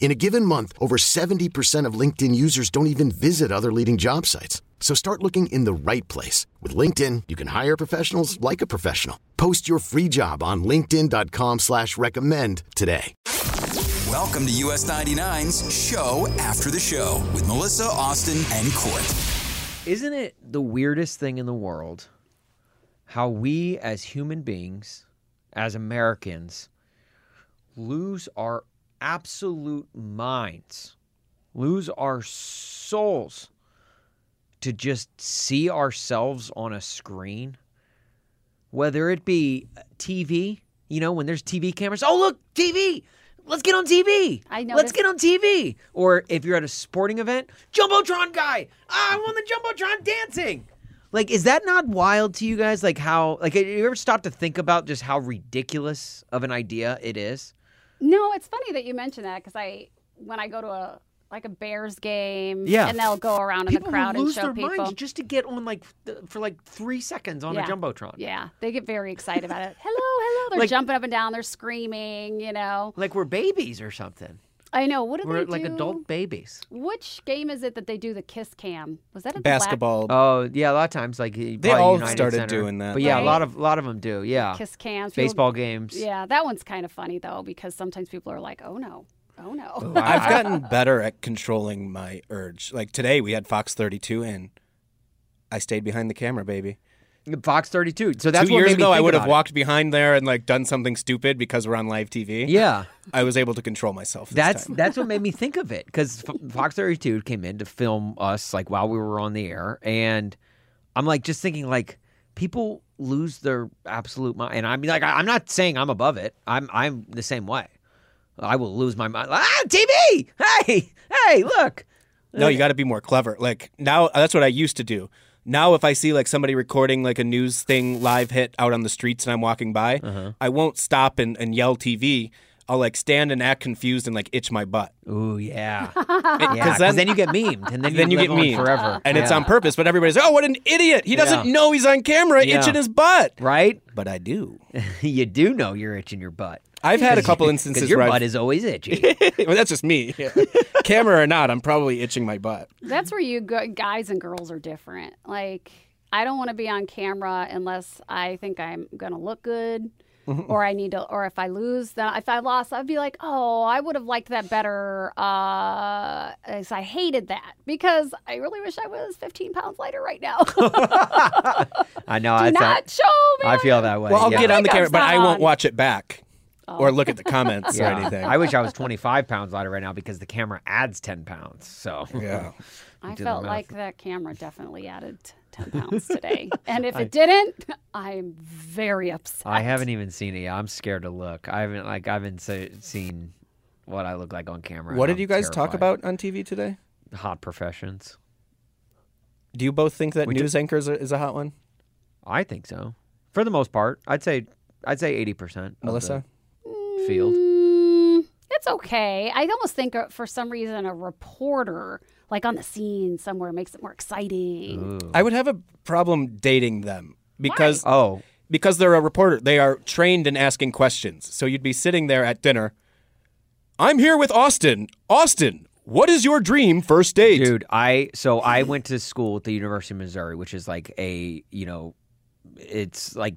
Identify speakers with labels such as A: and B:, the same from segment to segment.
A: In a given month, over 70% of LinkedIn users don't even visit other leading job sites. So start looking in the right place. With LinkedIn, you can hire professionals like a professional. Post your free job on linkedin.com/recommend slash recommend today.
B: Welcome to US 99's Show After the Show with Melissa, Austin, and Court.
C: Isn't it the weirdest thing in the world how we as human beings, as Americans, lose our absolute minds, lose our souls to just see ourselves on a screen? Whether it be TV, you know, when there's TV cameras, oh, look, TV! Let's get on TV.
D: I
C: Let's
D: noticed-
C: get on TV. Or if you're at a sporting event, Jumbotron guy. Ah, I want the Jumbotron dancing. Like, is that not wild to you guys? Like how like have you ever stopped to think about just how ridiculous of an idea it is?
D: No, it's funny that you mention that because I, when I go to a like a Bears game,
C: Yeah.
D: and they'll go around in
C: people
D: the crowd
C: who
D: and
C: lose
D: show
C: their
D: people.
C: minds just to get on like th- for like three seconds on
D: Yeah.
C: a Jumbotron.
D: Yeah, they get very excited about it. Hello, hello! They're
C: Like-
D: jumping up and down. They're screaming. You know,
C: Like we're babies or something.
D: I know. What do
C: We're
D: they
C: like
D: do?
C: adult babies.
D: Which game is it that they do the kiss cam? Was that at the la-
E: basketball.
C: Oh yeah, a lot of times like they
E: all started doing that,
C: But yeah, a
D: though.
C: lot of a lot of them do. Yeah,
D: kiss cams? People-
C: baseball games.
D: Yeah, that one's kind of funny though because sometimes people are like, "Oh no, oh no."
E: I've gotten better at controlling my urge. Like today, we had Fox 32 in. I stayed behind the camera, baby.
C: Fox 32. So that's
E: Two
C: what
E: years
C: made me
E: ago, I
C: think
E: would have
C: about it.
E: walked behind there and like done something stupid because we're on live TV.
C: Yeah,
E: I was able to control myself. This
C: that's
E: time.
C: that's what made me think of it because Fox 32 came in to film us like while we were on the air, and I'm like just thinking like people lose their absolute mind, and I'm like I- I'm not saying I'm above it. I'm I'm the same way. I will lose my mind. Ah, TV. Hey, hey, look.
E: no.
C: uh,
E: You got to be more clever. Like now, that's what I used to do. Now, if I see like somebody recording like a news thing live hit out on the streets and I'm walking by,
C: Uh-huh.
E: I won't stop and, and yell TV. I'll like stand and act confused and like itch my butt.
C: Ooh, yeah.
E: Because
C: Yeah, 'cause then, you get memed, and then you,
E: then you
C: live
E: get
C: on
E: memed.
C: forever,
E: and it's
C: Yeah.
E: on purpose. But everybody's, oh, what an idiot! He doesn't
C: Yeah.
E: know he's on camera,
C: Yeah.
E: itching his butt.
C: right.
E: But I do.
C: you do know you're itching your butt.
E: I've had a couple
C: Because
E: instances
C: your
E: where
C: butt
E: I've-
C: is always itchy.
E: well, that's just me. camera or not, I'm probably itching my butt.
D: That's where you go, guys and girls are different. Like I don't want to be on camera unless I think I'm gonna look good,
C: Mm-hmm.
D: or I need to, or if I lose, then if I lost, I'd be like, oh, I would have liked that better. Uh, as I hated that because I really wish I was 15 pounds lighter right now. Do
C: I know. I
D: not
C: thought,
D: show me.
C: I feel that way.
E: Well, I'll
C: yeah.
E: get on the
D: Here
E: camera,
D: comes
E: but I won't
D: Don.
E: watch it back or look at the comments or
C: Yeah.
E: anything.
C: I wish I was 25 pounds lighter right now because the camera adds 10 pounds. So
E: yeah.
D: I
C: do the
D: felt
C: math.
D: like that camera definitely added 10 pounds today, and if it didn't, I'm very upset.
C: I haven't even seen it. Yet. I'm scared to look. I haven't like I haven't se- seen what I look like on camera.
E: What
C: and
E: did you
C: I'm
E: guys talk
C: terrified.
E: about on TV today?
C: Hot professions.
E: Do you both think that
C: We
E: news anchors are, is a hot one,
C: I think so. For the most part, I'd say I'd say 80 percent.
E: Melissa?
C: Field.
D: Mm, it's okay. I almost think uh, for some reason a reporter, like on the scene somewhere, makes it more exciting.
E: I would have a problem dating them because
C: Oh,
E: because they're a reporter they are trained in asking questions so you'd be sitting there at dinner i'm here with austin austin what is your dream first date
C: Dude, I so I went to school at the University of Missouri, which is like a you know, it's like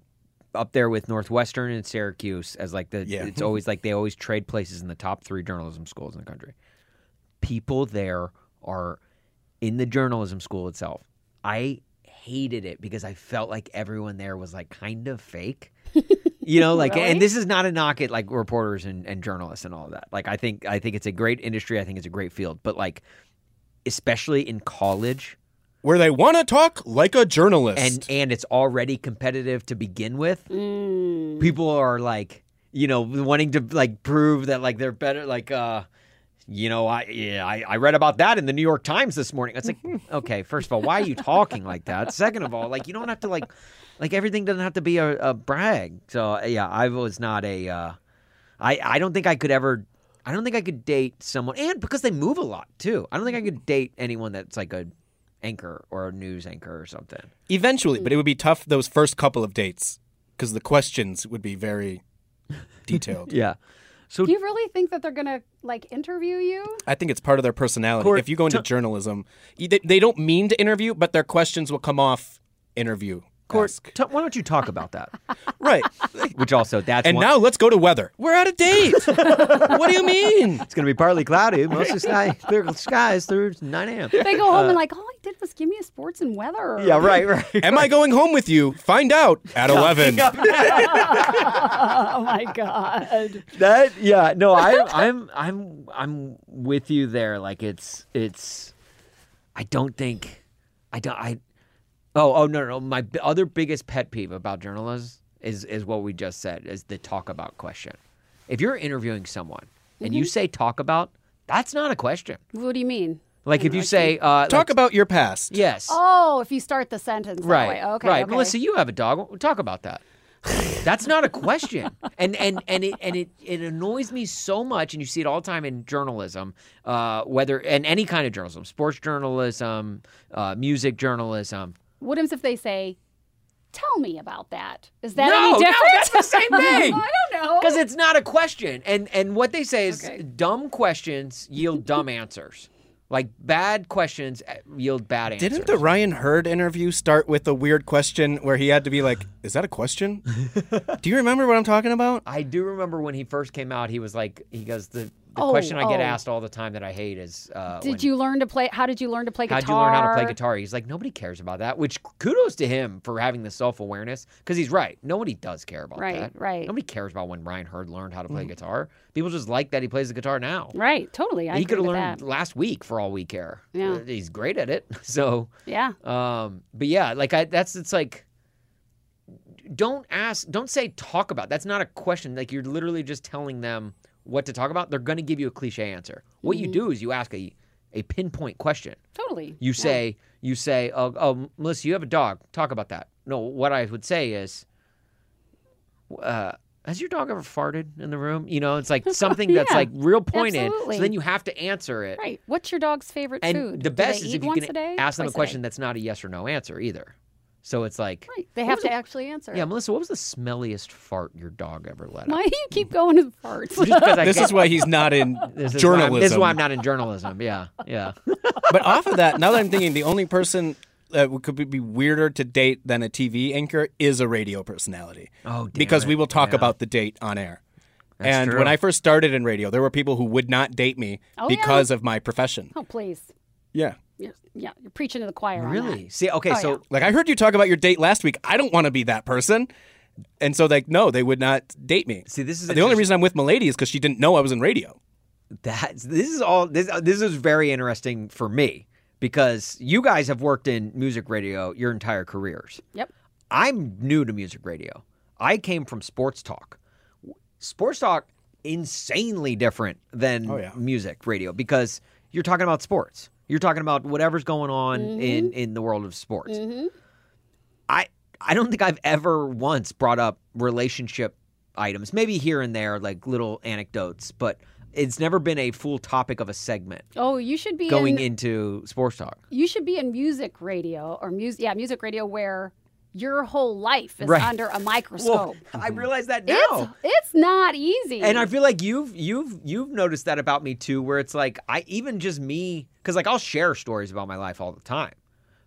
C: up there with Northwestern and Syracuse as like the
E: Yeah.
C: it's always like they always trade places in the top three journalism schools in the country. People there are in the journalism school itself. I hated it because I felt like everyone there was like kind of fake. You know, like,
D: Really?
C: and this is not a knock at like reporters and, and journalists and all of that. Like, I think I think it's a great industry. I think it's a great field, but like, especially in college,
E: Where they want to talk like a journalist.
C: and and it's already competitive to begin with.
D: Mm.
C: People are like, you know, wanting to like prove that like they're better. Like, uh, you know, I yeah, I, I read about that in the New York Times this morning. It's like, hmm, okay, first of all, why are you talking like that? Second of all, like you don't have to like, like everything doesn't have to be a, a brag. So uh, yeah, I was not a. Uh, I I don't think I could ever. I don't think I could date someone, and because they move a lot too, I don't think I could date anyone that's like a anchor or a news anchor or something.
E: Eventually, but it would be tough those first couple of dates because the questions would be very detailed.
C: Yeah. So
D: Do you really think that they're gonna like interview you?
E: I think it's part of their personality.
C: Court,
E: if you go into journalism, y- they, they don't mean to interview, but their questions will come off interview.
C: Court, t- why don't you talk about that?
E: Right.
C: Which also that's
E: and
C: one-
E: now let's go to weather. We're out of date. what do you mean?
C: it's going to be partly cloudy, mostly sky, clear skies through 9 a.m.
D: They go home and like, all I did was give me a sports and weather.
C: Uh. Yeah, right, right.
E: Am I going home with you? Find out at 11.
D: Oh my god.
C: That yeah, no, I'm I'm I'm I'm with you there. Like it's it's, I don't think, I don't I, oh oh no no. My b- other biggest pet peeve about journalists is is what we just said is the talk about question. If you're interviewing someone and you say talk about, that's not a question.
D: What do you mean?
C: Like if you say uh,
E: Talk
C: like-
E: about your past.
C: yes,
D: Oh, if you start the sentence that
C: right,
D: way. Okay.
C: right.
D: okay.
C: Melissa, you have a dog. We'll talk about that. That's not a question, and and and it and it it annoys me so much, and you see it all the time in journalism, uh, whether and any kind of journalism, sports journalism, uh, music journalism.
D: What if they say, "Tell me about that"? Is that
C: No,
D: any
C: no,
D: different?
C: that's the same thing.
D: I don't know.
C: Because it's not a question, and and what they say is
D: Okay.
C: dumb questions yield dumb answers, like bad questions eh, yield bad answers.
E: Didn't the Ryan Hurd interview start with a weird question where he had to be like, Is that a question? do you remember what I'm talking about?
C: I do remember when he first came out, he was like, he goes, the, the
D: Oh,
C: question I get
D: oh.
C: asked all the time that I hate is, uh, when-
D: Did you learn to play? How did you learn to play
C: how'd
D: guitar?
C: you learn how to play guitar? He's like, nobody cares about that, which kudos to him for having the self awareness because he's right. Nobody does care about
D: Right, Mm.
C: that.
D: right.
C: Nobody cares about when Ryan Hurd learned how to play guitar. People just like that he plays the guitar now.
D: Right. Totally. I
C: he
D: could
C: could
D: have
C: have learned last week for all we care.
D: Yeah.
C: Uh, He's great at it. So,
D: That. Yeah.
C: um, but yeah, like I, that's it's like, don't ask, don't say talk about. That's not a question. Like you're literally just telling them what to talk about. They're going to give you a cliche answer. What
D: Mm-hmm.
C: you do is you ask a a pinpoint question.
D: Totally.
C: You say you say, oh, oh, Melissa, you have a dog. Talk about that. No, what I would say is, uh, has your dog ever farted in the room? You know, it's like something that's
D: Yeah,
C: like real pointed.
D: absolutely.
C: So then you have to answer it.
D: Right. What's your dog's favorite
C: And
D: food?
C: the
D: Do they
C: best is
D: eat
C: if you
D: once
C: can
D: a day?
C: ask them a
D: Twice
C: question
D: day?
C: that's not a yes or no answer either. So it's like,
D: Right. They have to actually answer.
C: yeah, Melissa, what was the smelliest fart your dog ever let out?
D: Why do you keep going to farts?
C: Just 'cause I
E: This
C: can't-
E: is why he's not in
C: uh, this is why I'm-
E: journalism.
C: this is why I'm not in journalism. Yeah, yeah.
E: but off of that, now that I'm thinking, the only person that would- could be weirder to date than a TV anchor is a radio personality.
C: Oh, damn
E: because we
C: it.
E: will talk
C: Yeah.
E: about the date on air.
C: That's
E: and
C: true.
E: when I first started in radio, there were people who would not date me
D: Oh, yeah.
E: because of my profession.
D: oh, please.
E: Yeah.
D: You're, yeah, you're preaching to the choir. on that.
C: Really? See, okay,
D: Oh,
C: so
E: Like I heard you talk about your date last week. I don't want to be that person. And so like no, they would not date me.
C: See, this is
E: the only
C: interesting.
E: reason I'm with Milady is because she didn't know I was in radio.
C: That's this is all this uh, this is very interesting for me because you guys have worked in music radio your entire careers.
D: Yep.
C: I'm new to music radio. I came from sports talk. Sports talk insanely different than
E: yeah.
C: music radio because you're talking about sports. You're talking about whatever's going on in in the world of sports.
D: Mm-hmm.
C: I I don't think I've ever once brought up relationship items. Maybe here and there, like little anecdotes, but it's never been a full topic of a segment
D: Oh, you should be
C: going
D: in,
C: into sports talk.
D: You should be in music radio or music. Yeah, music radio where your whole life is
C: Right.
D: under a
C: Well,
D: microscope.
C: I realize that now.
D: it's it's not easy.
C: And I feel like you've you've you've noticed that about me too, where it's like I even just me because like I'll share stories about my life all the time,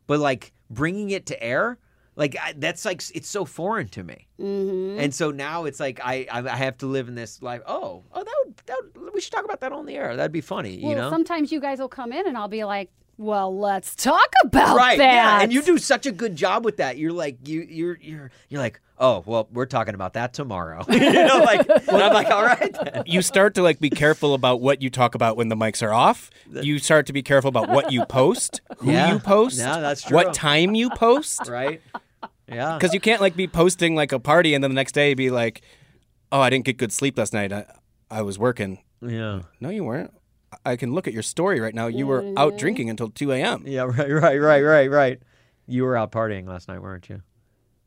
C: but like bringing it to air, like I, that's like it's so foreign to me,
D: Mhm.
C: and so now it's like I I I have to live in this life. Oh oh that would, that would, we should talk about that on the air. That'd be funny,
D: Well,
C: you know.
D: sometimes you guys will come in and I'll be like, Well, let's talk about
C: right
D: that.
C: yeah and you do such a good job with that you're like you you're you're you're like oh well we're talking about that tomorrow you know like and i'm like all right then.
E: you start to like be careful about what you talk about when the mics are off. You start to be careful about what you post, who
C: Yeah.
E: you post,
C: No, that's true.
E: what time you post.
C: right yeah
E: Because you can't like be posting like a party and then the next day be like, "Oh, I didn't get good sleep last night. I, I was working."
C: yeah
E: No, you weren't. I- I can look at your story right now. You were out drinking until two a.m.
C: yeah right right right right right you were out partying last night weren't you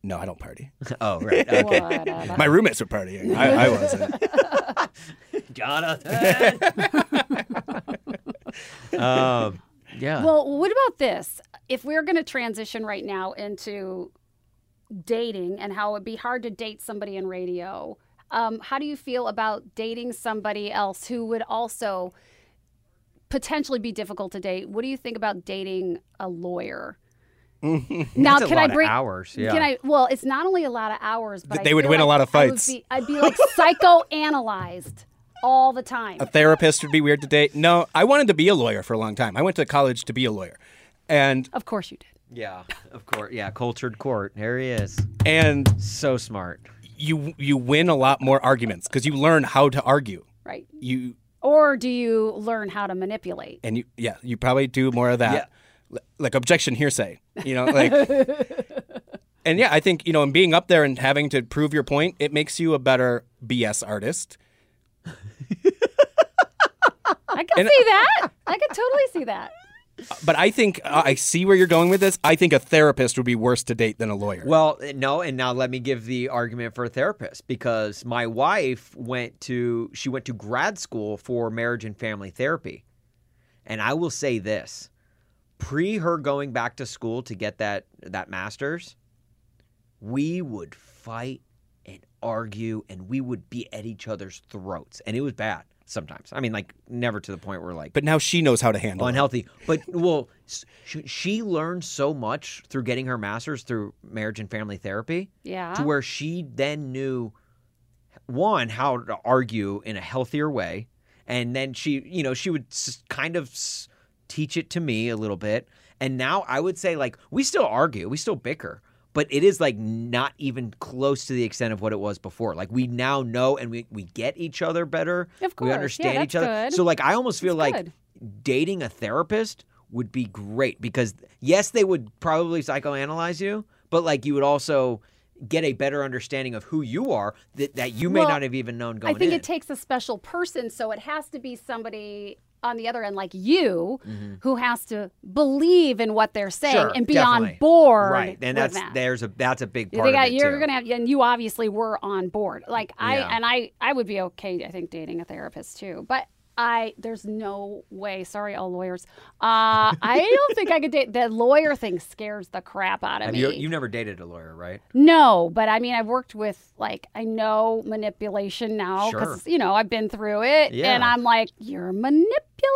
E: No, I don't party.
C: oh right okay
D: Whatever.
E: My roommates were partying. I, I wasn't.
C: jonathan um, yeah
D: Well, what about this? If we're going to transition right now into dating and how it'd be hard to date somebody in radio, um, how do you feel about dating somebody else who would also potentially be difficult to date? What do you think about dating a lawyer? now,
C: Mm-hmm. That's a
D: can
C: lot
D: I
C: of
D: bring
C: hours yeah
D: Can I? Well, it's not only a lot of hours, but I
E: They would
D: feel
E: win a
D: like
E: lot of
D: I would
E: fights.
D: be- I'd be like psychoanalyzed all the time.
E: a therapist would be weird to date. No, I wanted to be a lawyer for a long time. I went to college to be a lawyer. And
D: Of course, you did.
C: yeah of course yeah cultured court here he is
E: and
C: so smart
E: you you win a lot more arguments cuz you learn how to argue.
D: Right.
E: You
D: Or do you learn how to manipulate?
E: and you yeah, you probably do more of that. L- Like objection hearsay, you know, like And yeah, I think, you know, and being up there and having to prove your point, it makes you a better BS artist.
D: I can see that. I can totally see that.
E: But I think uh, I see where you're going with this. I think a therapist would be worse to date than a lawyer.
C: Well, no, and now let me give the argument for a therapist because my wife went to she went to grad school for marriage and family therapy. And I will say this. Pre her going back to school to get that that masters, we would fight and argue and we would be at each other's throats and it was bad sometimes. I mean like never to the point where like
E: but now she knows how to handle it.
C: unhealthy. But well, s- she, she learned so much through getting her master's through marriage and family therapy
D: Yeah.
C: to where she then knew one how to argue in a healthier way, and then she, you know, she would s- kind of s- teach it to me a little bit. And now I would say like we still argue, we still bicker. But it is like not even close to the extent of what it was before. Like we now know and we, we get each other better.
D: Of
C: we
D: course. Yeah,
C: understand each
D: that's
C: other.
D: good.
C: So like I almost feel
D: That's
C: like
D: good.
C: dating a therapist would be great because yes, they would probably psychoanalyze you, but like you would also get a better understanding of who you are that, that you may
D: Well,
C: not have even known
D: I
C: going
D: think
C: in.
D: it takes a special person, so it has to be somebody on the other end like you who has to believe in what they're saying
C: Mm-hmm. Sure,
D: and be
C: definitely.
D: on board.
C: right,
D: with
C: and that's
D: that.
C: there's a that's a big
D: You
C: part
D: think
C: of
D: I-
C: it
D: you're
C: too.
D: gonna have, and you obviously were on board. Like I
C: Yeah.
D: and I, I would be okay. I think dating a therapist too, but I there's no way. Sorry, all lawyers. Uh, I don't think I could date. The lawyer thing scares the crap out of
C: Have
D: me.
C: you, you've never dated a lawyer, right?
D: No, but I mean, I've worked with like I know manipulation now because
C: Sure.
D: you know I've been through it,
C: Yeah.
D: and I'm like, you're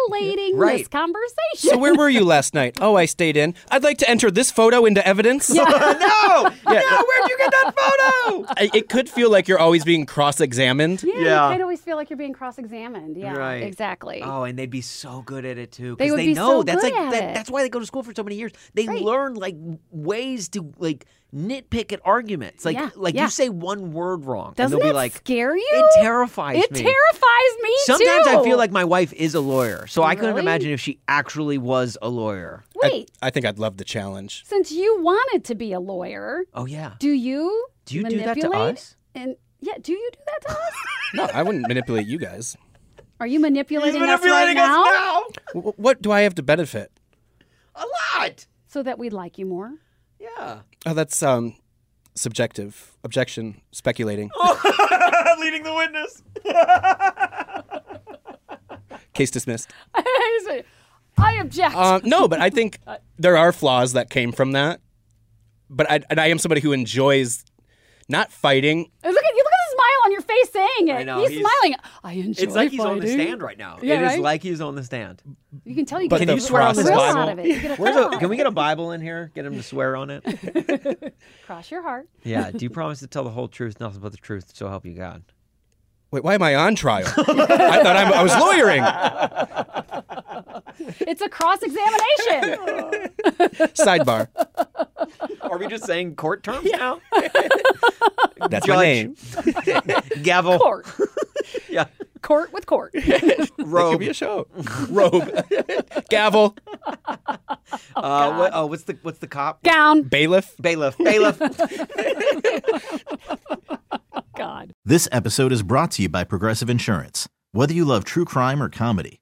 D: manipulating this
C: Right.
D: conversation.
E: So where were you last night? Oh, I stayed in. I'd like to enter this photo into evidence.
C: no, no, where'd you get that photo?
E: I- it could feel like you're always being cross-examined.
D: yeah,
C: Yeah.
D: you kind of always feel like you're being cross-examined. Yeah,
C: Right.
D: exactly.
C: Oh, and they'd be so good at it too.
D: They
C: 'cause
D: would
C: they
D: be
C: know
D: so
C: that's
D: good
C: like
D: at
C: that,
D: it.
C: that's why they go to school for so many years. They learn like ways to like nitpick at arguments. Like
D: Yeah,
C: like
D: yeah.
C: you say one word wrong, and
D: Doesn't
C: they'll
D: that
C: be like
D: scare you?
C: It terrifies
D: It
C: me.
D: terrifies me
C: Sometimes I
D: too.
C: feel like my wife is a lawyer, so I couldn't
D: Really?
C: imagine if she actually was a lawyer.
D: Wait,
E: I think I'd love the challenge.
D: since you wanted to be a lawyer,
C: Oh yeah.
D: do you
C: Do you do that
D: manipulate?
C: to us?
D: And yeah, do you do that to us?
E: No, I wouldn't manipulate you guys.
D: Are you manipulating, us right now,
E: W- what do I have to benefit?
C: now a lot.
D: so that we like you more?
C: Yeah.
E: Oh, that's um, subjective. Objection. Speculating.
C: Leading the witness.
E: Case dismissed.
D: I object.
E: Um, no, but I think there are flaws that came from that. But I, and I am somebody who enjoys not fighting.
D: And Look at you! Look at the smile on your face saying it.
C: I know,
D: he's,
C: he's-
D: smiling. I enjoy
C: It's like he's on the
D: fighting."
C: stand right now.
D: Yeah,
C: it is
D: right?
C: like he's on the stand.
D: You can tell you
E: But
D: get
E: the
D: a
E: you swear on this
D: thrill
E: Bible?
D: out of it. You get a
C: Where's
D: thrill
C: a, can we get a Bible in here? Get him to swear on it.
D: cross your heart.
C: Yeah. Do you promise to tell the whole truth, nothing but the truth, so help you God?
E: Wait, why am I on trial? I thought I'm, I was lawyering.
D: It's a cross examination.
E: Sidebar.
C: Are we just saying court terms now?
E: That's my
C: Judge.
E: name.
C: Gavel.
D: court.
C: Yeah.
D: Court with court.
E: Robe. That could be a show. Robe. Gavel.
C: Uh, what, oh, what's the what's the cop?
D: Gown.
E: Bailiff.
C: Bailiff. Bailiff.
D: God.
F: This episode is brought to you by Progressive Insurance. Whether you love true crime or comedy,